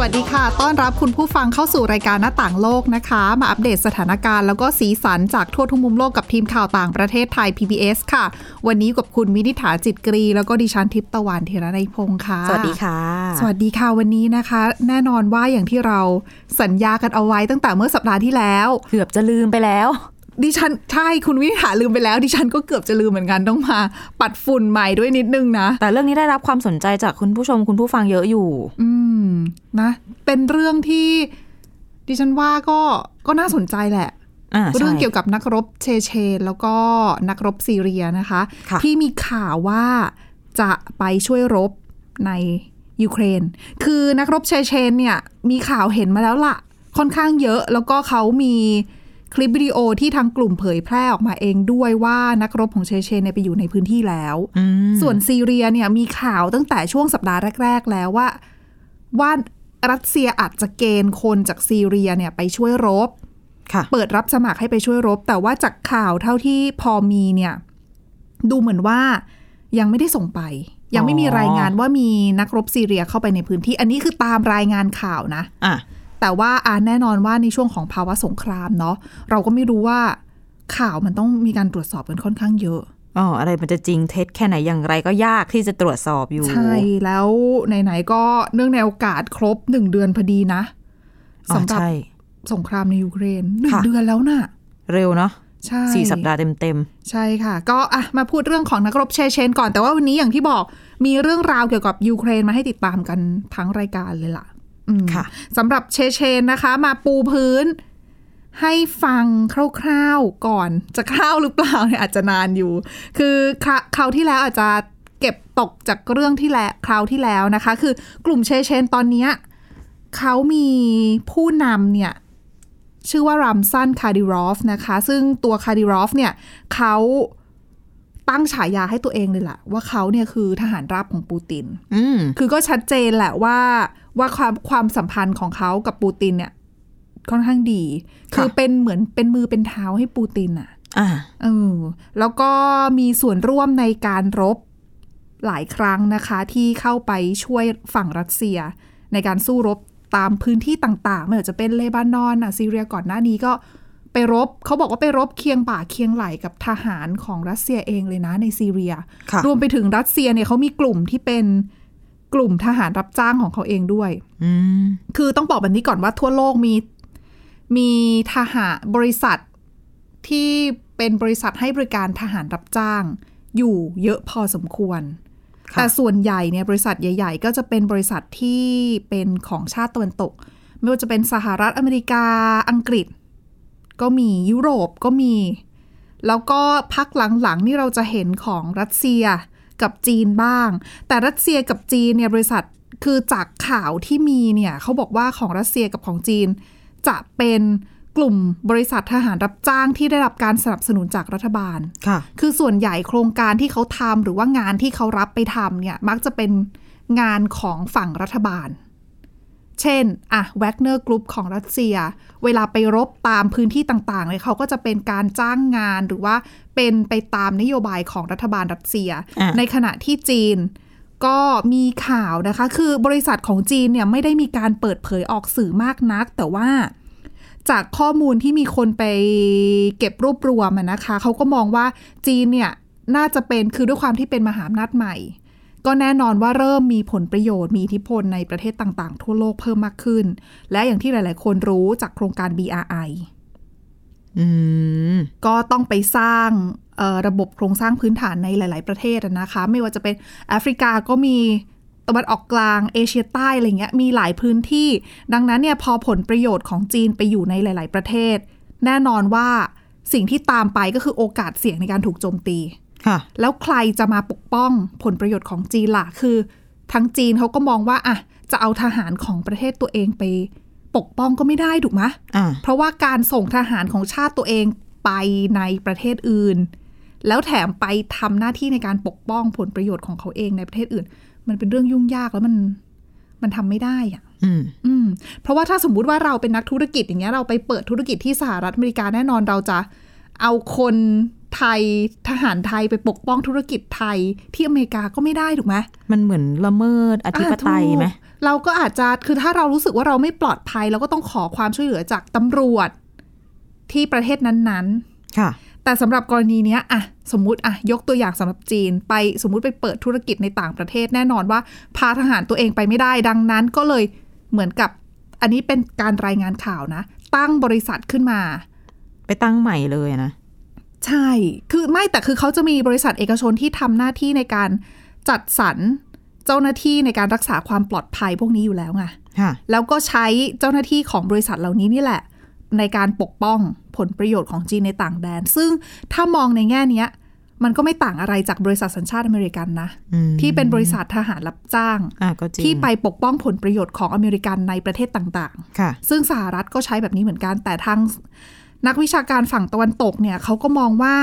สวัสดีค่ะ ต้อนรับคุณผู้ฟังเข้าสู่รายการหน้าต่างโลกนะคะ มาอัปเดตสถานการณ์แล้วก็สีสันจากทั่วทุกมุมโลกกับทีมข่าวต่างประเทศไทย PBS ค่ะ วันนี้อยู่กับคุณมินิษฐาจิตกรี แล้วก็ดิฉันทิพย์ตะวันเทระในยพงค์ค่ะ สวัสดีค่ะ สวัสดีค่ะวันนี้นะคะ แน่นอนว่าอย่างที่เราสัญญากันเอาไว้ตั้งแต่เมื่อสัปดาห์ที่แล้ว เกือบจะลืมไปแล้ว ดิฉันใช่คุณวินิษฐาลืมไปแล้ว ดิฉันก็เกือบจะลืมเหมือนกันต้องมาปัดฝุ่นใหม่ด้วยนิดนึงนะ แต่เรื่องนี้ได้รับความสนใจจากคุณผู้ชมคุณผู้ฟังเยอะอยู่ อืมนะเป็นเรื่องที่ดิฉันว่าก็ก็น่าสนใจแหละ อ่าใช่ เรื่องเกี่ยวกับนักรบเชเชน แล้วก็นักรบซีเรียนะคะ ค่ะ ที่มีข่าวว่าจะไปช่วยรบในยูเครน คือนักรบเชเชนเนี่ยมีข่าวเห็นมาแล้วล่ะ ค่อนข้างเยอะแล้วก็เขามีคลิปวิดีโอที่ทางกลุ่มเผยแพร่ออกมาเองด้วยว่านักรบของเชเชนเนี่ยไปอยู่ในพื้นที่แล้ว อืม ส่วนซีเรียเนี่ยมีข่าวตั้งแต่ช่วงสัปดาห์แรก ๆ แล้วว่า ว่ารัสเซียอาจจะเกณฑ์คนจากซีเรียเนี่ยไปช่วยรบ ค่ะ เปิดรับสมัครให้ไปช่วยรบ แต่ว่าจากข่าวเท่าที่พอมีเนี่ย ดูเหมือนว่ายังไม่ได้ส่งไป ยังไม่มีรายงานว่ามีนักรบซีเรียเข้าไปในพื้นที่ อันนี้คือตามรายงานข่าวนะ อ่ะ แต่ว่าอ่าแน่นอนว่าในช่วงของภาวะสงครามเนาะเราก็ไม่รู้ว่าข่าวมันต้องมีการตรวจสอบกันค่อนข้างเยอะ อ๋อ อะไรมันจะจริงเท็จแค่ไหนอย่างไรก็ยากที่จะตรวจสอบอยู่ ใช่แล้วไหนๆก็เนื่องในโอกาสครบหนึ่งเดือนพอดีนะ อ๋อ สำหรับ ใช่ สงครามในยูเครนหนึ่ง ค่ะ เดือนแล้วน่ะ เร็วเนาะ ใช่ สี่สัปดาห์เต็ม ใช่ค่ะ ก็อ่ะมาพูดเรื่องของนักรบเชเชนก่อนแต่ว่าวันนี้อย่างที่บอกมีเรื่องราวเกี่ยวกับยูเครนมาให้ติดตามกันทั้งรายการเลยล่ะ อืม ค่ะ สำหรับเชเชนนะคะ มาปูพื้น ให้ฟังคร่าวๆก่อนจะคร่าวหรือเปล่าเนี่ยอาจจะนานอยู่ คือคราคราวที่แล้วอาจจะเก็บตกจากเรื่องที่แล้วคราวที่แล้วนะคะ คือกลุ่มเชเชนตอนเนี้ยเขามีผู้นำเนี่ย ชื่อว่ารัมซันคาดิรอฟนะคะ ซึ่งตัวคาดิรอฟเนี่ยเขาตั้งฉายาให้ตัวเองเลยล่ะ ว่าเขาเนี่ยคือทหารราบของปูติน ๆ อืม คือก็ชัดเจนแหละว่าว่าความความสัมพันธ์ของเขากับปูตินเนี่ยค่อนข้างดี ค่ะ คือเป็นเหมือนเป็นมือเป็นเท้าให้ปูตินอะ อ่า เออแล้วก็มีส่วนร่วมในการรบหลายครั้งนะคะ ที่เข้าไปช่วยฝั่งรัสเซีย ในการสู้รบตามพื้นที่ต่างๆ ไม่ว่าจะเป็นเลบานอนอะซีเรียก่อนหน้านี้ก็ไปรบเขาบอกว่าไปรบเคียงบ่าเคียงไหลกับทหารของรัสเซียเองเลยนะในซีเรีย ค่ะ รวมไปถึงรัสเซียเนี่ยเขามีกลุ่มที่เป็นกลุ่มทหารรับจ้างของเขาเองด้วย อืม คือต้องบอกแบบนี้ก่อนว่าทั่วโลกมีมีทหารบริษัทที่เป็นบริษัทให้บริการทหารรับจ้าง อยู่เยอะพอสมควร ค่ะ แต่ส่วนใหญ่เนี่ยบริษัทใหญ่ ๆ ก็จะเป็นบริษัทที่เป็นของชาติตะวันตก ไม่ว่าจะเป็นสหรัฐอเมริกาอังกฤษ ก็มียุโรปก็มี แล้วก็พักหลังๆนี่เราจะเห็นของรัสเซียกับจีนบ้าง แต่รัสเซียกับจีนเนี่ยบริษัทคือจากข่าวที่มีเนี่ยเขาบอกว่าของรัสเซียกับของจีน จะเป็นกลุ่มบริษัททหารรับจ้างที่ได้รับการสนับสนุนจากรัฐบาล ค่ะ คือส่วนใหญ่โครงการที่เขาทำหรือว่างานที่เขารับไปทำเนี่ยมักจะเป็นงานของฝั่งรัฐบาล เช่นอะแวกเนอร์กรุ๊ปของรัสเซีย เวลาไปรบตามพื้นที่ต่างๆเนี่ยเขาก็จะเป็นการจ้างงานหรือว่าเป็นไปตามนโยบายของรัฐบาลรัสเซีย อ่ะ ในขณะที่จีนก็มีข่าวนะคะ คือบริษัทของจีนเนี่ยไม่ได้มีการเปิดเผยออกสื่อมากนัก แต่ว่า จากข้อมูลที่มีคนไปเก็บรวบรวมอะนะคะเขาก็มองว่าจีนเนี่ยน่าจะเป็นคือด้วยความที่เป็นมหาอำนาจใหม่ ก็แน่นอนว่าเริ่มมีผลประโยชน์มีอิทธิพลในประเทศต่างๆ ทั่วโลกเพิ่มมากขึ้น และอย่างที่หลาย ๆ คนรู้จากโครงการ BRI อืม ก็ต้องไปสร้างเอ่อระบบโครงสร้างพื้นฐานในหลาย ๆ ประเทศอะนะคะ ไม่ว่าจะเป็นแอฟริกาก็มีตะวันออกกลางเอเชียใต้อะไรเงี้ยมีหลายพื้นที่ ดังนั้นเนี่ยพอผลประโยชน์ของจีนไปอยู่ในหลาย ๆ ประเทศ แน่นอนว่าสิ่งที่ตามไปก็คือโอกาสเสี่ยงในการถูกโจมตี ค่ะ แล้วใครจะมาปกป้องผลประโยชน์ของจีนล่ะ คือทางจีนเขาก็มองว่าอ่ะจะเอาทหารของประเทศตัวเองไปปกป้องก็ไม่ได้ถูกไหมะ อ่า เพราะว่าการส่งทหารของชาติตัวเองไปในประเทศอื่น แล้วแถมไปทำหน้าที่ในการปกป้องผลประโยชน์ของเขาเองในประเทศอื่น มันเป็นเรื่องยุ่งยากแล้วมัน มันทำไม่ได้อะ อืม อืม เพราะว่าถ้าสมมุติว่าเราเป็นนักธุรกิจอย่างเงี้ยเราไปเปิดธุรกิจที่สหรัฐอเมริกาแน่นอนเราจะเอาคนไทยทหารไทยไปปกป้องธุรกิจไทยที่อเมริกาก็ไม่ได้ถูกไหม มันเหมือนละเมิดอธิปไตยไหม อ่าถูกเราก็อาจจะคือถ้าเรารู้สึกว่าเราไม่ปลอดภัย เราก็ต้องขอความช่วยเหลือจากตำรวจที่ประเทศนั้น ค่ะ ๆ แต่สำหรับกรณีเนี้ยอะสมมติอะยกตัวอย่างสำหรับจีน ไปสมมติไปเปิดธุรกิจในต่างประเทศแน่นอนว่า พาทหารตัวเองไปไม่ได้ดังนั้นก็เลยเหมือนกับอันนี้เป็นการรายงานข่าวนะ ตั้งบริษัทขึ้นมา ไปตั้งใหม่เลยนะ ใช่ คือไม่แต่คือเขาจะมีบริษัทเอกชนที่ทำหน้าที่ในการจัดสรรเจ้าหน้าที่ในการรักษาความปลอดภัยพวกนี้อยู่แล้วไง ค่ะ แล้วก็ใช้เจ้าหน้าที่ของบริษัทเหล่านี้นี่แหละ ในการปกป้องผลประโยชน์ของจีนในต่างแดน ซึ่งถ้ามองในแง่เนี้ย มันก็ไม่ต่างอะไรจากบริษัทสัญชาติอเมริกันนะ อืม ที่เป็นบริษัททหารรับจ้าง อ่ะก็จริง ที่ไปปกป้องผลประโยชน์ของอเมริกันในประเทศต่าง ค่ะ ๆ ซึ่งสหรัฐก็ใช้แบบนี้เหมือนกัน แต่ทางนักวิชาการฝั่งตะวันตกเนี่ยเขาก็มองว่า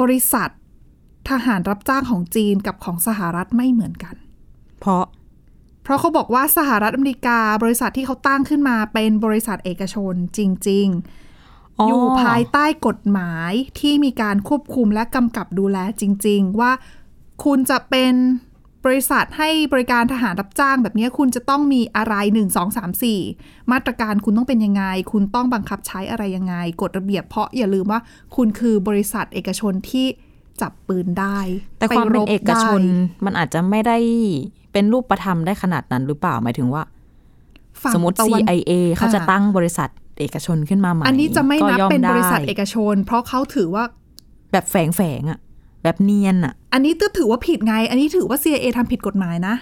บริษัททหารรับจ้างของจีนกับของสหรัฐไม่เหมือนกัน เพราะ เพราะเขาบอกว่าสหรัฐอเมริกาบริษัทที่เขาตั้งขึ้นมาเป็นบริษัทเอกชนจริง ๆ อยู่ภายใต้กฎหมายที่มีการควบคุมและกำกับดูแลจริง ๆ ว่าคุณจะเป็นบริษัทให้บริการทหารรับจ้างแบบเนี้ยคุณจะต้องมีอะไร 1 2 3 4 มาตรการคุณต้องเป็นยังไง คุณต้องบังคับใช้อะไรยังไงกฎระเบียบเพราะอย่าลืมว่าคุณคือบริษัทเอกชนที่จับปืนได้ แต่ความเป็น ไรบ เอกชน ได้ มันอาจจะไม่ได้เป็นรูปธรรมได้ขนาดนั้นหรือเปล่าหมายถึงว่า ฝั่ง สมมติ ตะวัน CIA เขาจะ อ่า ตั้งบริษัทเอกชนขึ้นมาใหม่ อันนี้จะไม่นับ ก็ย่อ เป็นบริษัท ได้ เอกชน เพราะเขาถือว่า แบบแฝงแฝงๆอะแบบเนียนอะ อันนี้ก็ถือว่าผิดไง อันนี้ถือว่า CIA ทำผิดกฎหมายนะ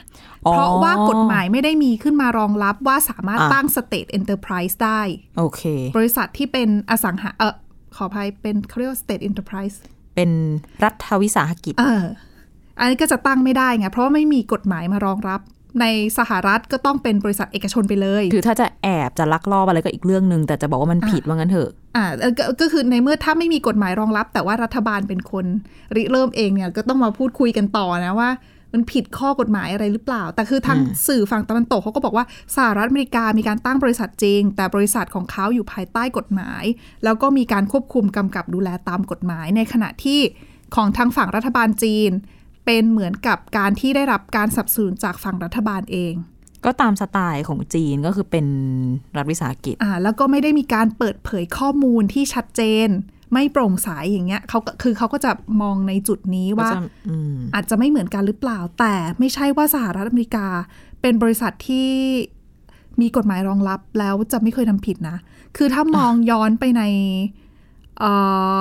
อ๋อ เพราะว่ากฎหมายไม่ได้มีขึ้นมารองรับว่าสามารถ อ่ะ ตั้ง State Enterprise ได้ โอเค บริษัทที่เป็นอสังหาเออขออภัยเป็นเขาเรียกว่า State Enterprise เป็นรัฐวิสาหกิจ เออ อันนี้ก็จะตั้งไม่ได้ไง เพราะว่าไม่มีกฎหมายมารองรับ ในสหรัฐก็ต้องเป็นบริษัทเอกชนไปเลย คือถ้าจะแอบจะลักลอบอะไรก็อีกเรื่องหนึ่งแต่จะบอกว่ามันผิดว่างั้นเถอะ อ่าเอ่อก็ก็คือในเมื่อถ้าไม่มีกฎหมายรองรับ แต่ว่ารัฐบาลเป็นคนริเริ่มเองเนี่ยก็ต้องมาพูดคุยกันต่อนะว่า มันผิดข้อกฎหมายอะไรหรือเปล่า แต่คือทางสื่อฝั่งตะวันตกเขาก็บอกว่าสหรัฐอเมริกามีการตั้งบริษัทจริง แต่บริษัทของเขาอยู่ภายใต้กฎหมาย แล้วก็มีการควบคุมกำกับดูแลตามกฎหมาย ในขณะที่ของทางฝั่งรัฐบาลจีน เป็นเหมือนกับการที่ได้รับการสนับสนุนจากฝั่งรัฐบาลเอง ก็ตามสไตล์ของจีนก็คือเป็นรัฐวิสาหกิจ อ่าแล้วก็ไม่ได้มีการเปิดเผยข้อมูลที่ชัดเจน ไม่โปร่งใสอย่างเงี้ยเขาก็คือเขาก็จะมองในจุดนี้ว่า ก็จะอืม อาจจะไม่เหมือนกันหรือเปล่า แต่ไม่ใช่ว่าสหรัฐอเมริกา เป็นบริษัทที่มีกฎหมายรองรับแล้วจะไม่เคยทำผิดนะ คือถ้ามองย้อนไปในเอ่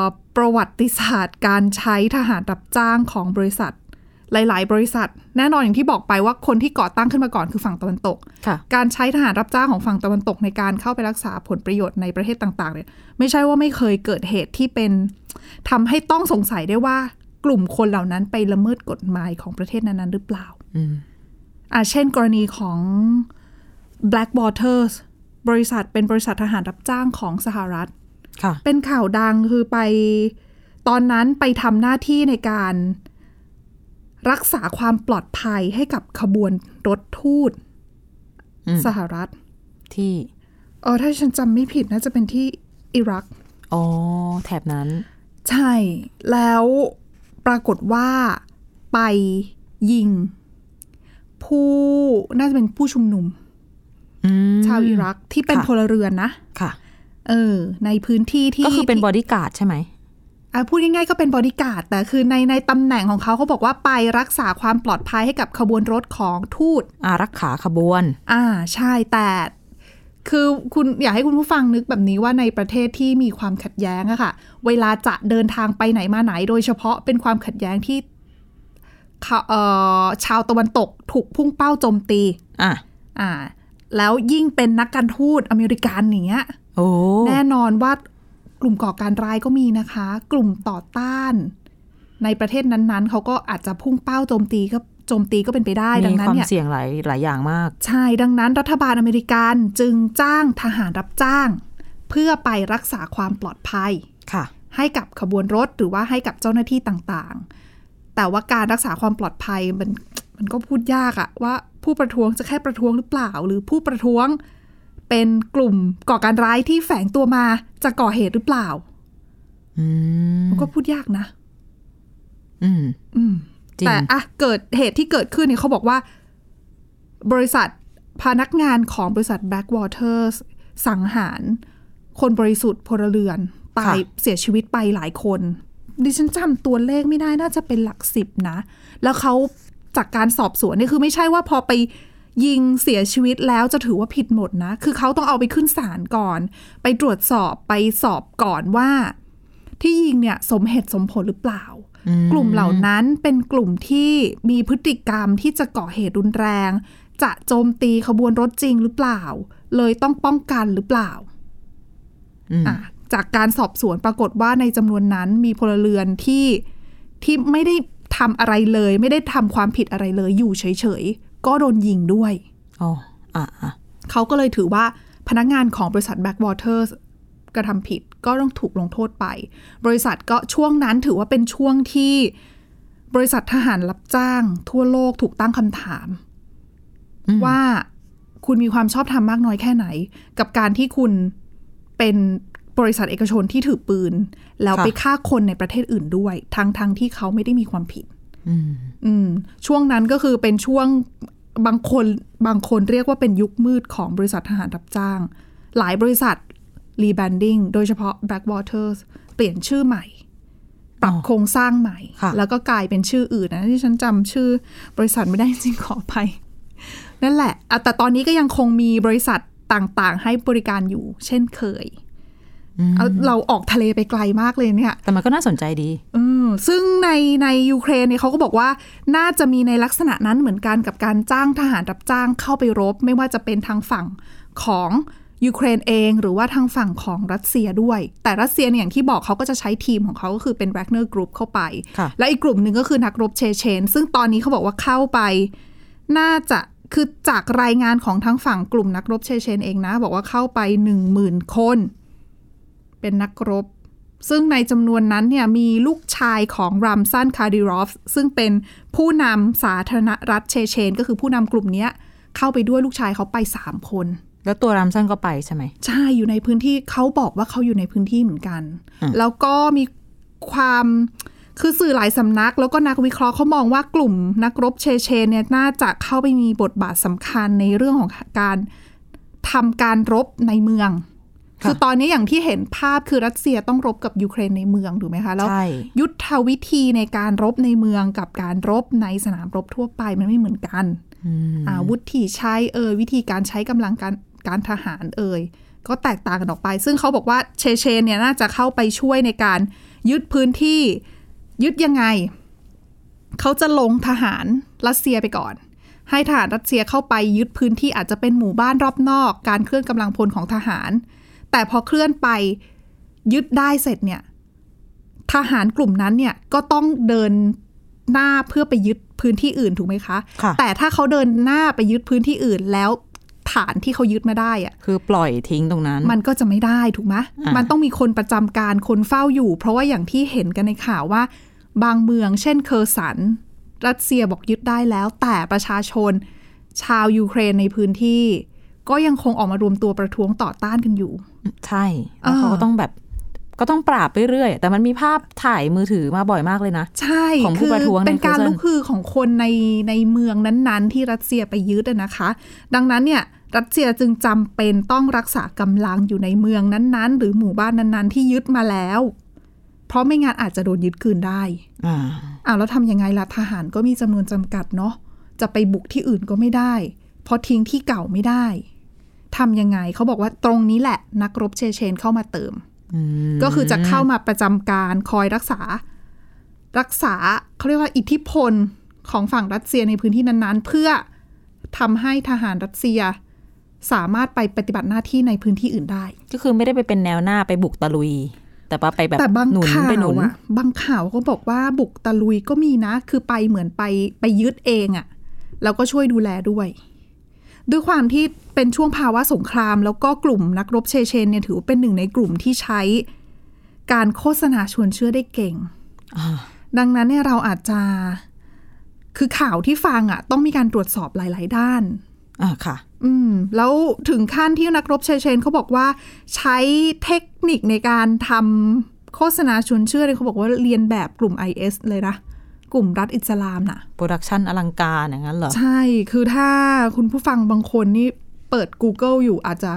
อประวัติศาสตร์การใช้ทหารรับจ้างของบริษัท หลาย ๆ บริษัท แน่นอนอย่างที่บอกไปว่าคนที่ก่อตั้งขึ้นมาก่อนคือฝั่งตะวันตก ค่ะ การใช้ทหารรับจ้างของฝั่งตะวันตกในการเข้าไปรักษาผลประโยชน์ในประเทศต่างๆเนี่ยไม่ใช่ว่าไม่เคยเกิดเหตุที่เป็นทำให้ต้องสงสัยได้ว่ากลุ่มคนเหล่านั้นไปละเมิดกฎหมายของประเทศนั้นๆ หรือเปล่า อืม อ่าเช่นกรณีของ Black Waters บริษัทเป็นบริษัททหารรับจ้างของสหรัฐ ค่ะ เป็นข่าวดังคือไปตอนนั้นไปทำหน้าที่ในการรักษาความปลอดภัยให้กับขบวนรถทูต อืม สหรัฐ ที่ เออถ้าฉันจำไม่ผิดน่าจะเป็นที่อิรัก อ๋อ แถบนั้น ใช่ แล้วปรากฏว่าไปยิง ผู้น่าจะเป็นผู้ชุมนุม อืม ชาวอิรักที่เป็น ค่ะ พลเรือนนะ ค่ะ เออ ในพื้นที่ที่ ก็คือเป็นบอดี้การ์ดใช่ไหม อ่ะพูดง่ายๆก็เป็นบอดี้การ์ดแต่คือในในตำแหน่งของเขาเขาบอกว่าไปรักษาความปลอดภัยให้กับขบวนรถของทูต อารักขาขบวน อ่าใช่แต่คือคุณอยากให้คุณผู้ฟังนึกแบบนี้ว่าในประเทศที่มีความขัดแย้งอะค่ะ เวลาจะเดินทางไปไหนมาไหน โดยเฉพาะเป็นความขัดแย้งที่เขาเอ่อชาวตะวันตกถูกพุ่งเป้าโจมตี อ่ะ อ่า แล้วยิ่งเป็นนักการทูตอเมริกันอย่างเงี้ย โอ้ แน่นอนว่ากลุ่มก่อการร้ายก็มีนะคะ กลุ่มต่อต้าน ในประเทศนั้นๆเขาก็อาจจะพุ่งเป้าโจมตีก็โจมตีก็เป็นไปได้ดั มี งนั้ คน วาม เนี่ย เสี่ยงหลายหลายอย่างมาก ใช่ดังนั้นรัฐบาลอเมริกันจึงจ้างทหารรับจ้าง เพื่อไปรักษาความปลอดภัย ค่ะ ให้กับขบวนรถหรือว่าให้กับเจ้าหน้าที่ต่างๆ แต่ว่าการรักษาความปลอดภัยมันมันก็พูดยากอะว่า ผู้ประท้วงจะแค่ประท้วงหรือเปล่า หรือผู้ประท้วงเป็นกลุ่มก่อการร้ายที่แฝงตัวมาจะก่อเหตุหรือเปล่า อืม มันก็พูดยากนะ อืม อืม จริง แต่อะเกิดเหตุที่เกิดขึ้นเนี่ยเขาบอกว่า บริษัทพนักงานของบริษัท Blackwater สังหาร คนบริสุทธิ์พลเรือนตายเสียชีวิตไปหลายคน ดิฉันจำตัวเลขไม่ได้น่าจะเป็นหลักสิบนะ แล้วเขาจากการสอบสวนเนี่ยคือไม่ใช่ว่าพอไปยิงเสียชีวิตแล้วจะถือว่าผิดหมดนะ คือเขาต้องเอาไปขึ้นศาลก่อน ไปตรวจสอบไปสอบก่อนว่า ที่ยิงเนี่ยสมเหตุสมผลหรือเปล่า กลุ่มเหล่านั้นเป็นกลุ่มที่มีพฤติกรรมที่จะก่อเหตุรุนแรง จะโจมตีขบวนรถจริงหรือเปล่า เลยต้องป้องกันหรือเปล่า อืม อ่ะจากการสอบสวนปรากฏว่าในจำนวนนั้นมีพลเรือนที่ที่ไม่ได้ทำอะไรเลย ไม่ได้ทำความผิดอะไรเลยอยู่เฉยๆ ก็โดนยิงด้วย อ๋ออ่ะอ่ะ เขาก็เลยถือว่าพนักงานของบริษัท Backwater กระทำผิดก็ต้องถูกลงโทษไป บริษัทก็ช่วงนั้นถือว่าเป็นช่วงที่บริษัททหารรับจ้าง ทั่วโลกถูกตั้งคำถาม อืม ว่าคุณมีความชอบธรรมมากน้อยแค่ไหน กับการที่คุณเป็นบริษัทเอกชนที่ถือปืน แล้วไปฆ่าคนในประเทศอื่นด้วยทั้งทั้งๆที่เขาไม่ได้มีความผิด อืม อืมช่วงนั้นก็คือเป็นช่วงบางคนบางคนเรียกว่าเป็นยุคมืดของบริษัททหารรับจ้าง หลายบริษัทรีแบรนดิ้งโดยเฉพาะ Blackwater เปลี่ยนชื่อใหม่ ปรับโครงสร้างใหม่ แล้วก็กลายเป็นชื่ออื่นนะที่ฉันจำชื่อบริษัทไม่ได้จริงขออภัย นั่นแหละอ่ะแต่ตอนนี้ก็ยังคงมีบริษัทต่างๆ ให้บริการอยู่ เช่นเคยเอาเราออกทะเลไปไกลมากเลยเนี่ย แต่มันก็น่าสนใจดี อืมซึ่งในในยูเครนเนี่ยเขาก็บอกว่าน่าจะมีในลักษณะนั้นเหมือนกันกับการจ้างทหารรับจ้างเข้าไปรบ ไม่ว่าจะเป็นทางฝั่งของยูเครนเอง หรือว่าทางฝั่งของรัสเซียด้วย แต่รัสเซียเนี่ยอย่างที่บอกเขาก็จะใช้ทีมของเขาก็คือเป็นแวกเนอร์กรุ๊ปเข้าไป ค่ะ และอีกกลุ่มหนึ่งก็คือนักรบเชเชน ซึ่งตอนนี้เขาบอกว่าเข้าไป น่าจะคือจากรายงานของทางฝั่งกลุ่มนักรบเชเชนเองนะ บอกว่าเข้าไปหนึ่งหมื่นคน เป็นนักรบ ซึ่งในจำนวนนั้นเนี่ยมีลูกชายของรัมซันคาดิรอฟซึ่งเป็นผู้นำสาธารณรัฐเชเชน ก็คือผู้นำกลุ่มเนี้ยเข้าไปด้วยลูกชายเขาไป 3 คน แล้วตัวรามซันก็ไปใช่ไหม ใช่อยู่ในพื้นที่เขาบอกว่าเขาอยู่ในพื้นที่เหมือนกัน แล้วก็มีความคือสื่อหลายสำนัก แล้วก็นักวิเคราะห์เขามองว่ากลุ่มนักรบเชเชนเนี่ยน่าจะเข้าไปมีบทบาทสำคัญในเรื่องของการทำการรบในเมือง ค่ะ คือตอนนี้อย่างที่เห็นภาพคือรัสเซียต้องรบกับยูเครนในเมืองถูกไหมคะแล้ว ใช่ ยุทธวิธีในการรบในเมืองกับการรบในสนามรบทั่วไปมันไม่เหมือนกัน อาวุธที่ใช้เอ่ยวิธีการใช้กำลังการการทหารเอ่ยก็แตกต่างกันออกไป ซึ่งเขาบอกว่าเชเชนเนี่ยน่าจะเข้าไปช่วยในการยึดพื้นที่ยึดยังไง เขาจะลงทหารรัสเซียไปก่อน ให้ทหารรัสเซียเข้าไปยึดพื้นที่อาจจะเป็นหมู่บ้านรอบนอก การเคลื่อนกำลังพลของทหาร แต่พอเคลื่อนไปยึดได้เสร็จเนี่ย ทหารกลุ่มนั้นเนี่ยก็ต้องเดินหน้าเพื่อไปยึดพื้นที่อื่นถูกไหมคะ ค่ะ แต่ถ้าเขาเดินหน้าไปยึดพื้นที่อื่นแล้วฐานที่เขายึดมาได้อะ คือปล่อยทิ้งตรงนั้น มันก็จะไม่ได้ถูกไหม อ่ามั มันต้องมีคนประจำการคนเฝ้าอยู่ เพราะว่าอย่างที่เห็นกันในข่าวว่า บางเมืองเช่นเคอร์สัน รัสเซียบอกยึดได้แล้ว แต่ประชาชน ชาวยูเครนในพื้นที่ ก็ยังคงออกมารวมตัวประท้วงต่อต้านกันอยู่ ใช่แล้วเขา อ่า ก็ต้องแบบ ก็ต้องปราบเรื่อยๆ แต่มันมีภาพถ่ายมือถือมาบ่อยมากเลยนะ ใช่ ของผู้ คือ ประท้วงใน เป็นการ เคอร์เซิน ลุกฮือของคนในในเมืองนั้นๆ ที่รัสเซียไปยึดอะนะคะ ดังนั้นเนี่ยรัสเซียจึงจำเป็นต้องรักษากำลังอยู่ในเมืองนั้นๆ หรือหมู่บ้านนั้นๆ ที่ยึดมาแล้ว เพราะไม่งั้นอาจจะโดนยึดคืนได้ อ่า อ้าวแล้วทำยังไงล่ะทหารก็มีจำนวนจำกัดเนาะจะไปบุกที่อื่นก็ไม่ได้ เพราะทิ้งที่เก่าไม่ได้ทำยังไงเขาบอกว่าตรงนี้แหละ นักรบเชเชนเข้ามาเติม อืม ก็คือจะเข้ามาประจำการคอยรักษา รักษาเขาเรียกว่าอิทธิพลของฝั่งรัสเซียในพื้นที่นั้นๆ เพื่อทำให้ทหารรัสเซียสามารถไปปฏิบัติหน้าที่ในพื้นที่อื่นได้ ก็คือไม่ได้ไปเป็นแนวหน้าไปบุกตะลุย แต่ว่าไปแบบ แต่บาง หนุน ข่า ไปหนุ วน อะบางข่าวก็บอกว่าบุกตะลุยก็มีนะ คือไปเหมือนไปไปยึดเองอะแล้วก็ช่วยดูแลด้วย ด้วยความที่เป็นช่วงภาวะสงคราม แล้วก็กลุ่มนักรบเชเชนเนี่ยถือว่าเป็นหนึ่งในกลุ่มที่ใช้ การโฆษณาชวนเชื่อได้เก่ง อ่า ดังนั้นเนี่ยเราอาจจะ คือข่าวที่ฟังอ่ะ ต้องมีการตรวจสอบหลาย ๆ ด้าน อ่าค่ะ อืมแล้วถึงขั้นที่นักรบเชเชนเขาบอกว่า ใช้เทคนิคในการทำโฆษณาชวนเชื่อเนี่ยเขาบอกว่าเรียนแบบกลุ่ม IS เลยนะ กลุ่มรัฐอิสลามน่ะ โปรดักชันอลังการอย่างนั้นเหรอ ใช่คือถ้าคุณผู้ฟังบางคนนี่เปิด Google อยู่อาจจะ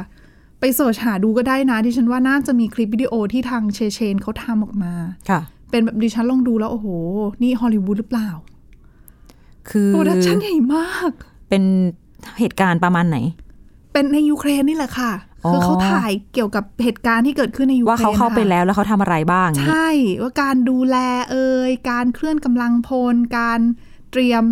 ไปเสิร์ชหาดูก็ได้นะ ดิฉันว่าน่าจะมีคลิปวิดีโอที่ทางเชเชนเขาทำออกมา ค่ะ เป็นแบบดิฉันลองดูแล้ว โอ้โห นี่ฮอลลีวูดหรือเปล่า คือ โปรดักชันใหญ่มาก เป็นเหตุการณ์ประมาณไหน เป็นในยูเครนนี่แหละค่ะ คือเขาถ่ายเกี่ยวกับเหตุการณ์ที่เกิดขึ้นในยูเครน ว่าเขาเข้าไป นะคะ แล้วแล้วเขาทำอะไรบ้างอย่างนี้ ใช่ว่าการดูแลเอ่ยการเคลื่อนกำลังพล การเตรียม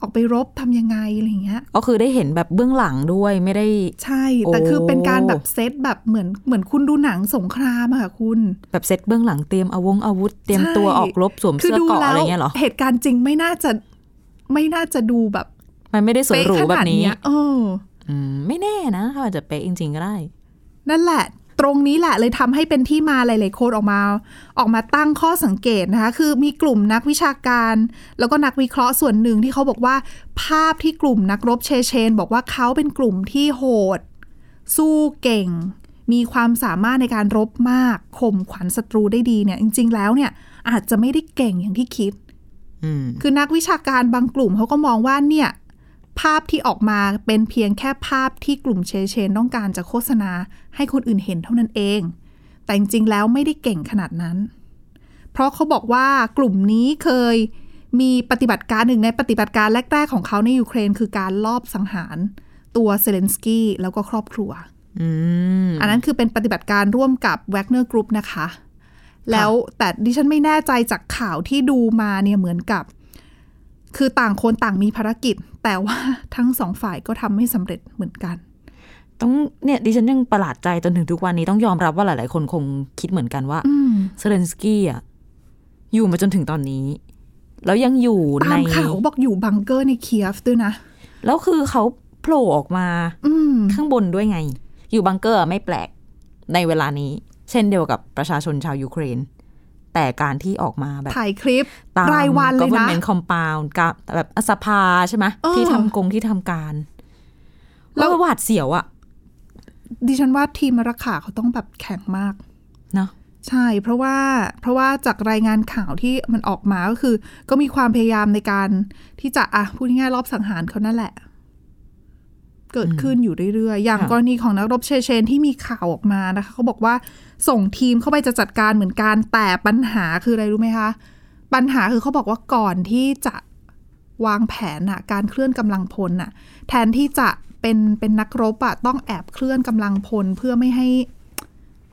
ออกไปรบทำยังไงอะไรอย่างเงี้ย ก็คือได้เห็นแบบเบื้องหลังด้วยไม่ได้ ใช่ แต่ โอ้ คือเป็นการแบบเซตแบบเหมือนเหมือนคุณดูหนังสงครามอะค่ะคุณ แบบเซตเบื้องหลังเตรียมอาวงอาวุธ เตรียมตัว ใช่ ออกรบสวม คื เสื้อ ดู เกราะ แล้ว อะไรเงี้ยเหรอ เหตุการณ์จริงไม่น่าจะไม่น่าจะดูแบบ มันไม่ได้สวย เป๊ะ หรู ข แบ นาด บนี้ เนี้ยเออ อืมไม่แน่นะเขาอาจจะเป๊ะจริง ๆ ก็ได้ นั่นแหละ ตรงนี้แหละเลยทำให้เป็นที่มาหลาย ๆ คนออกมา ออกมาตั้งข้อสังเกตนะคะ คือมีกลุ่มนักวิชาการ แล้วก็นักวิเคราะห์ส่วนหนึ่งที่เขาบอกว่า ภาพที่กลุ่มนักรบเชเชน บอกว่าเขาเป็นกลุ่มที่โหด สู้เก่ง มีความสามารถในการรบมากข่มขวัญศัตรูได้ดีเนี่ย จริง ๆ แล้วเนี่ยอาจจะไม่ได้เก่งอย่างที่คิด อืม คือนักวิชาการบางกลุ่มเขาก็มองว่าเนี่ย ภาพที่ออกมาเป็นเพียงแค่ภาพที่กลุ่มเชเชนต้องการจะโฆษณาให้คนอื่นเห็นเท่านั้นเอง แต่จริงๆแล้วไม่ได้เก่งขนาดนั้น เพราะเขาบอกว่ากลุ่มนี้เคยมีปฏิบัติการหนึ่งในปฏิบัติการแรก ๆ ของเขาในยูเครน คือการลอบสังหาร ตัวเซเลนสกี้แล้วก็ครอบครัว อืม อันนั้นคือเป็นปฏิบัติการร่วมกับแวกเนอร์กรุ๊ปนะคะ แล้วแต่ดิฉันไม่แน่ใจจากข่าวที่ดูมาเนี่ยเหมือนกับ คือต่างคนต่างมีภารกิจ แต่ว่าทั้งสองฝ่ายก็ทำไม่สำเร็จเหมือนกัน ต้องเนี่ยดิฉันยังประหลาดใจจนถึงทุกวันนี้ต้องยอมรับว่าหลาย ๆ คนคงคิดเหมือนกันว่า อืม เซเลนสกี้อ่ะอยู่มาจนถึงตอนนี้ แล้วยังอยู่ ตา ใน มข่าวบอกอยู่บังเกอร์ในเคียฟด้วยนะ แล้วคือเขาโผล่ออกมา อืม ข้างบนด้วยไง อยู่บังเกอร์ไม่แปลกในเวลานี้ เช่นเดียวกับประชาชนชาวยูเครน แต่การที่ออกมาแบบ ถ่ายคลิป ตาม รายวันเลยนะ government compound กับแบบสภาใช่ไหม เออ ที่ทำกงที่ทำการ แล้ แล้ว วหวาดเสียวอะ ดิฉันว่าทีมรักษาเขาต้องแบบแข็งมาก เนาะ ใช่เพราะว่าเพราะว่าจากรายงานข่าวที่มันออกมาก็คือ ก็มีความพยายามในการที่จะอ่ะพูดง่ายๆรอบสังหารเขานั่นแหละ เกิดขึ้นอยู่เรื่อยๆ อย่างกรณีของนักรบเชเชนที่มีข่าวออกมานะคะเขาบอกว่าส่งทีมเข้าไปจะจัดการเหมือนกันแต่ปัญหาคืออะไรรู้ไหมคะ ปัญหาคือเขาบอกว่าก่อนที่จะวางแผนน่ะ การเคลื่อนกำลังพลน่ะ แทนที่จะเป็นเป็นนักรบอะต้องแอบเคลื่อนกำลังพลเพื่อไม่ให้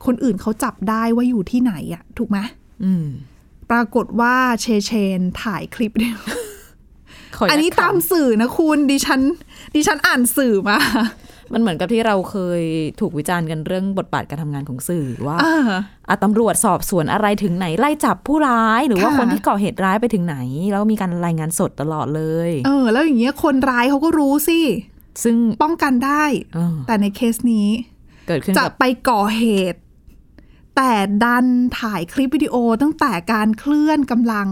คนอื่นเขาจับได้ว่าอยู่ที่ไหนอะถูกไหม อืม ปรากฏว่าเชเชนถ่ายคลิปเดียว ขย อันนี้ ยัดข่ ตามสื่อนะคุณดิฉันดิฉันอ่านสื่อมา มันเหมือนกับที่เราเคยถูกวิจารณ์กันเรื่องบทบาทการทำงานของสื่อว่า อ่า อ่ะตำรวจสอบสวนอะไรถึงไหน ไล่จับผู้ร้าย หรือว่า ค่ะ คนที่ก่อเหตุร้ายไปถึงไหน แล้วมีการรายงานสดตลอดเลย เออ แล้วอย่างเงี้ยคนร้ายเขาก็รู้สิ ซึ่ง ป้องกันได้ เออ แต่ในเคสนี้ เกิดขึ้น จะ กับ ไปก่อเหตุ แต่ดันถ่ายคลิปวิดีโอตั้งแต่การเคลื่อนกำลัง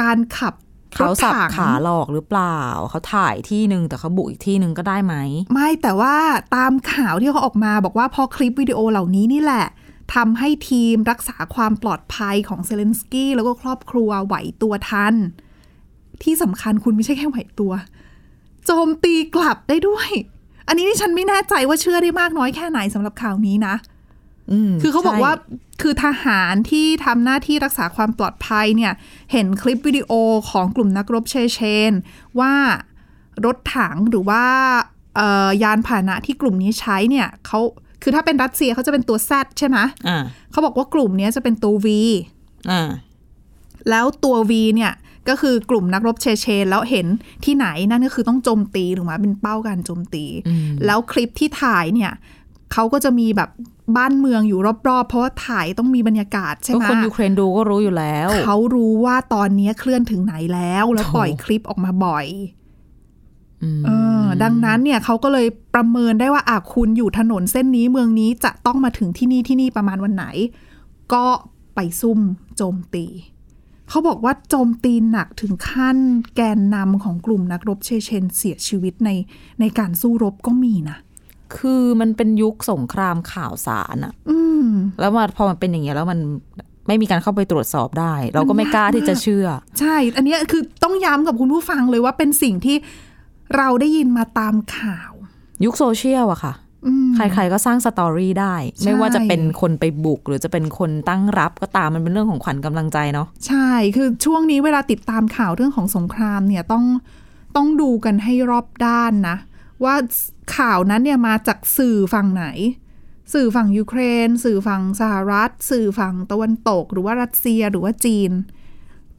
การขับร เขา ถ สับ ถัง ขาหลอกหรือเปล่า เขาถ่ายที่หนึ่งแต่เขาบุกอีกที่หนึ่งก็ได้ไหม ไม่แต่ว่าตามข่าวที่เขาออกมาบอกว่าพอคลิปวิดีโอเหล่านี้นี่แหละทำให้ทีมรักษาความปลอดภัยของเซเลนสกี้แล้วก็ครอบครัวไหวตัวทัน ที่สำคัญคุณไม่ใช่แค่ไหวตัว โจมตีกลับได้ด้วย อันนี้นี่ฉันไม่แน่ใจว่าเชื่อได้มากน้อยแค่ไหนสำหรับข่าวนี้นะ อืม คือเขาบอก ใช่ ว่าคือทหารที่ทำหน้าที่รักษาความปลอดภัยเนี่ย เห็นคลิปวิดีโอของกลุ่มนักรบเชเชน ว่ารถถังหรือว่าเอ่อยานพาหนะที่กลุ่มนี้ใช้เนี่ยเขาคือถ้าเป็นรัสเซียเขาจะเป็นตัว Z ใช่ไหม อ่า เขาบอกว่ากลุ่มเนี้ยจะเป็นตัว V อ่า แล้วตัว V เนี่ยก็คือกลุ่มนักรบเชเชน แล้วเห็นที่ไหนนั่นก็คือต้องโจมตีถูกไหมเป็นเป้าการโจมตี อืม แล้วคลิปที่ถ่ายเนี่ยเขาก็จะมีแบบบ้านเมืองอยู่รอบๆ เพราะว่าถ่ายต้องมีบรรยากาศใช่ ก็ ไหม คนยูเครนดูก็รู้อยู่แล้ว เขารู้ว่าตอนนี้เคลื่อนถึงไหนแล้ว แล้ว โถ ปล่อยคลิปออกมาบ่อย อืม เออดังนั้นเนี่ยเขาก็เลยประเมินได้ว่าอ่ะคุณอยู่ถนนเส้นนี้เมืองนี้จะต้องมาถึงที่นี่ที่นี่ประมาณวันไหน ก็ไปซุ่มโจมตี เขาบอกว่าโจมตีหนักถึงขั้นแกนนำของกลุ่มนักรบเชเชนเสียชีวิตในในการสู้รบก็มีนะ คือมันเป็นยุคสงครามข่าวสารอะ อืม แล้วมาพอมันเป็นอย่างเงี้ยแล้วมันไม่มีการเข้าไปตรวจสอบได้ เราก็ไม่กล้าที่จะเชื่อ ใช่ อันเนี้ยคือต้องย้ำกับคุณผู้ฟังเลยว่าเป็นสิ่งที่เราได้ยินมาตามข่าว ยุคโซเชียลอะค่ะ อืม ใครๆ ก็สร้างสตอรี่ได้ ใช่ ไม่ว่าจะเป็นคนไปบุก หรือจะเป็นคนตั้งรับก็ตามมันเป็นเรื่องของขวัญกำลังใจเนาะ ใช่ คือช่วงนี้เวลาติดตามข่าวเรื่องของสงครามเนี่ยต้องต้องดูกันให้รอบด้านนะ ว่าข่าวนั้นเนี่ยมาจากสื่อฝั่งไหน สื่อฝั่งยูเครน สื่อฝั่งสหรัฐ สื่อฝั่งตะวันตก หรือว่ารัสเซียหรือว่าจีน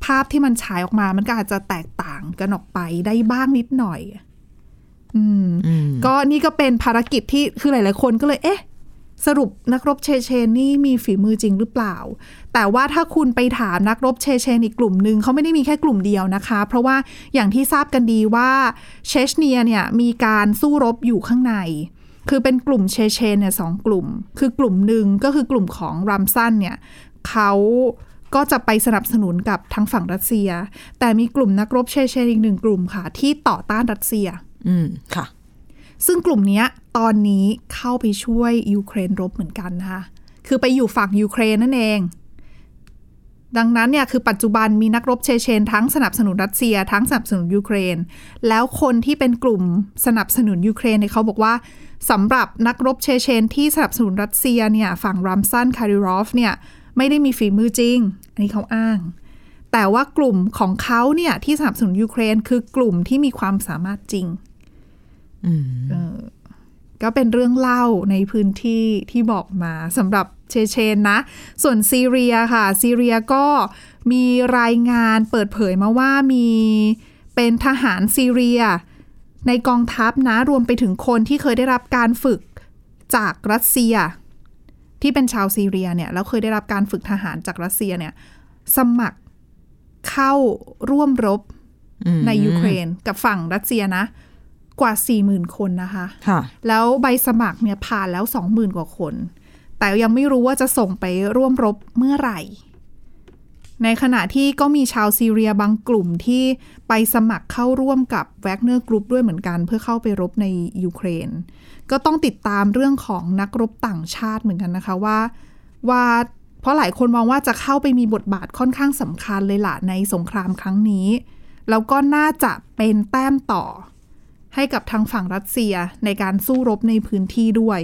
ภาพที่มันฉายออกมามันก็อาจจะแตกต่างกันออกไปได้บ้างนิดหน่อย อืม อืม ก็นี่ก็เป็นภารกิจที่คือหลาย ๆ คนก็เลย เอ๊ะ สรุปนักรบเชเชนนี่มีฝีมือจริงหรือเปล่า แต่ว่าถ้าคุณไปถามนักรบเชเชนอีกกลุ่มหนึ่งเขาไม่ได้มีแค่กลุ่มเดียวนะคะ เพราะว่าอย่างที่ทราบกันดีว่าเชชเนียเนี่ยมีการสู้รบอยู่ข้างใน คือเป็นกลุ่มเชเชนเนี่ยสองกลุ่ม คือกลุ่มหนึ่งก็คือกลุ่มของรัมซันเนี่ยเขาก็จะไปสนับสนุนกับทางฝั่งรัสเซีย แต่มีกลุ่มนักรบเชเชนอีกหนึ่งกลุ่มค่ะ ที่ต่อต้านรัสเซีย อืมค่ะ ซึ่งกลุ่มเนี้ยตอนนี้เข้าไปช่วยยูเครนรบเหมือนกันนะคะ คือไปอยู่ฝั่งยูเครนนั่นเอง ดังนั้นเนี่ยคือปัจจุบันมีนักรบเชเชน ทั้งสนับสนุนรัสเซีย ทั้งสนับสนุนยูเครน แล้วคนที่เป็นกลุ่มสนับสนุนยูเครนเนี่ยเขาบอกว่าสำหรับนักรบเชเชน ที่สนับสนุนรัสเซียเนี่ยฝั่งรัมซันคาริรอฟเนี่ยไม่ได้มีฝีมือจริง อันนี้เขาอ้าง แต่ว่ากลุ่มของเขาเนี่ยที่สนับสนุนยูเครน คือกลุ่มที่มีความสามารถจริง อืม ก็เป็นเรื่องเล่าในพื้นที่ที่บอกมาสำหรับเชเชนนะ ส่วนซีเรียค่ะ ซีเรียก็มีรายงานเปิดเผยมาว่ามีเป็นทหารซีเรีย ในกองทัพนะรวมไปถึงคนที่เคยได้รับการฝึกจากรัสเซีย ที่เป็นชาวซีเรียเนี่ยแล้วเคยได้รับการฝึกทหารจากรัสเซียเนี่ยสมัครเข้าร่วมรบ อืม ในยูเครนกับฝั่งรัสเซียนะ กว่า 40,000 คนนะคะ ค่ะ แล้วใบสมัครเนี่ยผ่านแล้วสองหมื่นกว่าคน แต่ยังไม่รู้ว่าจะส่งไปร่วมรบเมื่อไหร่ ในขณะที่ก็มีชาวซีเรียบางกลุ่มที่ไปสมัครเข้าร่วมกับแวกเนอร์กรุ๊ปด้วยเหมือนกัน เพื่อเข้าไปรบในยูเครน ก็ต้องติดตามเรื่องของนักรบต่างชาติเหมือนกันนะคะว่าว่าเพราะหลายคนมองว่าจะเข้าไปมีบทบาทค่อนข้างสำคัญเลยล่ะในสงครามครั้งนี้ แล้วก็น่าจะเป็นแต้มต่อ ให้กับทางฝั่งรัสเซียในการสู้รบในพื้นที่ด้วย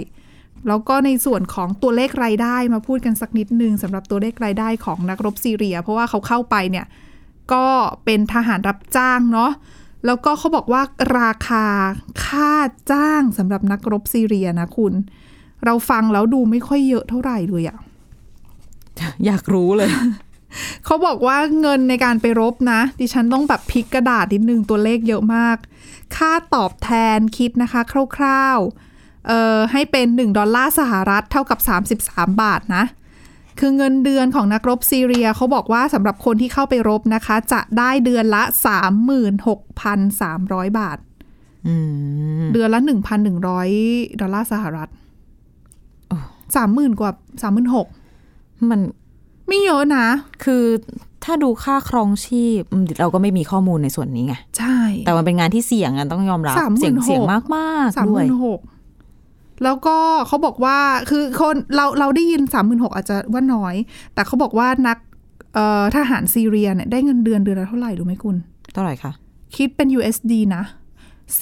แล้วก็ในส่วนของตัวเลขรายได้มาพูดกันสักนิดนึงสำหรับตัวเลขรายได้ของนักรบซีเรีย เพราะว่าเขาเข้าไปเนี่ยก็เป็นทหารรับจ้างเนาะแล้วก็เขาบอกว่าราคาค่าจ้างสำหรับนักรบซีเรียนะคุณ เราฟังแล้วดูไม่ค่อยเยอะเท่าไหร่เลยอะ อยากรู้เลย เขาบอกว่าเงินในการไปรบนะ ดิฉันต้องแบบพลิกกระดาษนิดนึงตัวเลขเยอะมาก ค่าตอบแทนคิดนะคะคร่าวๆเอ่อให้เป็น 1 ดอลลาร์สหรัฐเท่ากับ 33 บาทนะ คือเงินเดือนของนักรบซีเรียเขาบอกว่าสำหรับคนที่เข้าไปรบนะคะ จะได้เดือนละ 36,300 บาท อืม เดือนละ 1,100 ดอลลาร์สหรัฐ อ๋อ สามหมื่นกว่าสามหมื่นหก มัน ไม่เยอะนะ คือถ้าดูค่าครองชีพอืมเราก็ไม่มีข้อมูลในส่วนนี้ไง ใช่ แต่มันเป็นงานที่เสี่ยงอะต้องยอมรับ สามหมื่ เสี่ยง นหก เสี่ยงมากมากๆ สาม ด้ ห วย มื่นหกแล้วก็เขาบอกว่าคือคนเราเราได้ยินสามหมื่นหกอาจจะว่าน้อย แต่เขาบอกว่านักเอ่อทหารซีเรียเนี่ยได้เงินเดือนเดือนละเท่าไหร่รู้ไหมคุณ เท่าไหร่คะ คิดเป็น USD นะ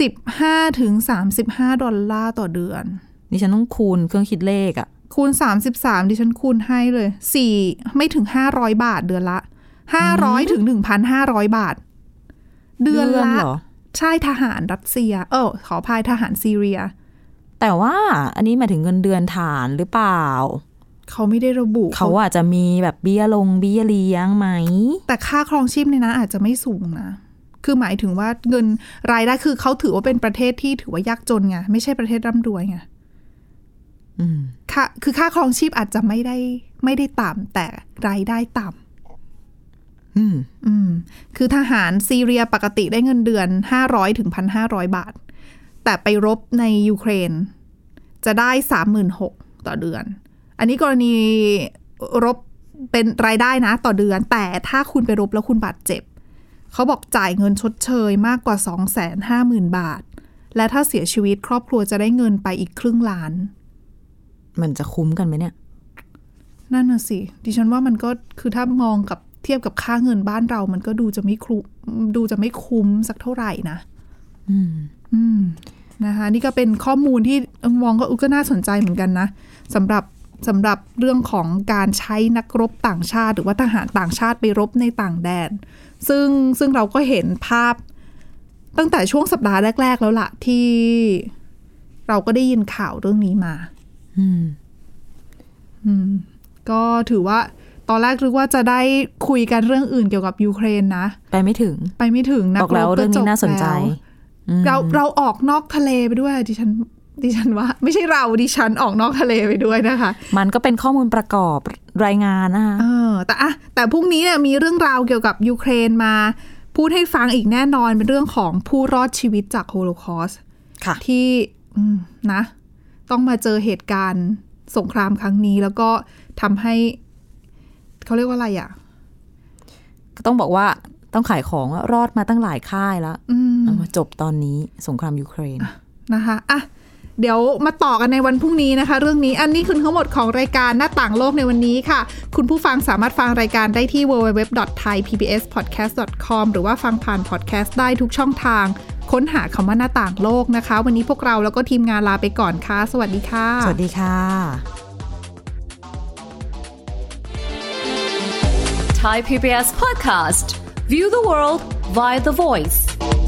สิบห้าถึงสามสิบห้าดอลลาร์ต่อเดือน นี่ฉันต้องคูณเครื่องคิดเลขอะ คูณสามสิบสามดิฉันคูณให้เลยสี่ไม่ถึงห้าร้อยบาทเดือนละห้าร้อยถึงหนึ่งพันห้าร้อยบาท เดือนละ เหรอ ใช่ทหารรัสเซีย เออขออภัยทหารซีเรีย แต่ว่าอันนี้หมายถึงเงินเดือนฐานหรือเปล่า เขาไม่ได้ระบุ เขาอาจจะมีแบบเบี้ยลงเบี้ยเลี้ยงไหม แต่ค่าครองชีพในนั้นอาจจะไม่สูงนะ คือหมายถึงว่าเงินรายได้คือเขาถือว่าเป็นประเทศที่ถือว่ายากจนไงไม่ใช่ประเทศร่ำรวยไง อืม ค่าคือค่าครองชีพอาจจะไม่ได้ไม่ได้ต่ำแต่รายได้ต่ อืม ำอืม คือทหารซีเรียปกติได้เงินเดือน 500ถึง1,500 บาท แต่ไปรบในยูเครน จะได้ 36,000ต่อเดือน อันนี้กรณีรบ เป็นรายได้นะต่อเดือน แต่ถ้าคุณไปรบแล้วคุณบาดเจ็บ เขาบอกจ่ายเงินชดเชยมากกว่า 250,000 บาท และถ้าเสียชีวิตครอบครัวจะได้เงินไปอีกครึ่งล้าน มันจะคุ้มกันไหมเนี่ย นั่นน่ะสิ ดิฉันว่ามันก็คือถ้ามองกับเทียบกับค่าเงินบ้านเรา มันก็ดูจะไม่ครุดูจะไม่คุ้มสักเท่าไหร่นะ อืม อืมนะคะ นี่ก็เป็นข้อมูลที่มองก็อุ๊ยก็น่าสนใจเหมือนกันนะสำหรับสำหรับเรื่องของการใช้นักรบต่างชาติ หรือว่าทหารต่างชาติไปรบในต่างแดน ซึ่งซึ่งเราก็เห็นภาพตั้งแต่ช่วงสัปดาห์แรก ๆ แล้วละที่เราก็ได้ยินข่าวเรื่องนี้มา อืม อืมก็ถือว่าตอนแรกรึกว่าจะได้คุยกันเรื่องอื่นเกี่ยวกับยูเครนนะ ไปไม่ถึง ไปไม่ถึงนะ บอกแล้ว บ เรื่อง จ นี้ บ น่าสนใจ แล้ว อืม เราเราออกนอกทะเลไปด้วยดิฉันดิฉันว่า ไม่ใช่เราดิฉันออกนอกทะเลไปด้วยนะคะ มันก็เป็นข้อมูลประกอบรายงานนะคะ เออแต่อะแต่พรุ่งนี้เนี่ยมีเรื่องราวเกี่ยวกับยูเครนมา พูดให้ฟังอีกแน่นอนเป็นเรื่องของผู้รอดชีวิตจากโฮโลคอสต์ ค่ะ ที่อืมนะ ต้องมาเจอเหตุการณ์สงครามครั้งนี้แล้วก็ทำให้ เขาเรียกว่าอะไรอ่ะ ก็ต้องบอกว่าต้องขายของว่ารอดมาตั้งหลายค่ายแล้ว อืม เอามาจบตอนนี้สงครามยูเครน นะคะอ่ะเดี๋ยวมาต่อกันในวันพรุ่งนี้นะคะ เรื่องนี้อันนี้คือทั้งหมดของรายการหน้าต่างโลกในวันนี้ค่ะ คุณผู้ฟังสามารถฟังรายการได้ที่ www.thaipbspodcast.com หรือว่าฟังผ่านพอดแคสต์ได้ทุกช่องทาง ค้นหาคำว่าหน้าต่างโลกนะคะ วันนี้พวกเราแล้วก็ทีมงานลาไปก่อนค่ะ สวัสดีค่ะ สวัสดีค่ะ Thai PBS podcast. View the world via the voice.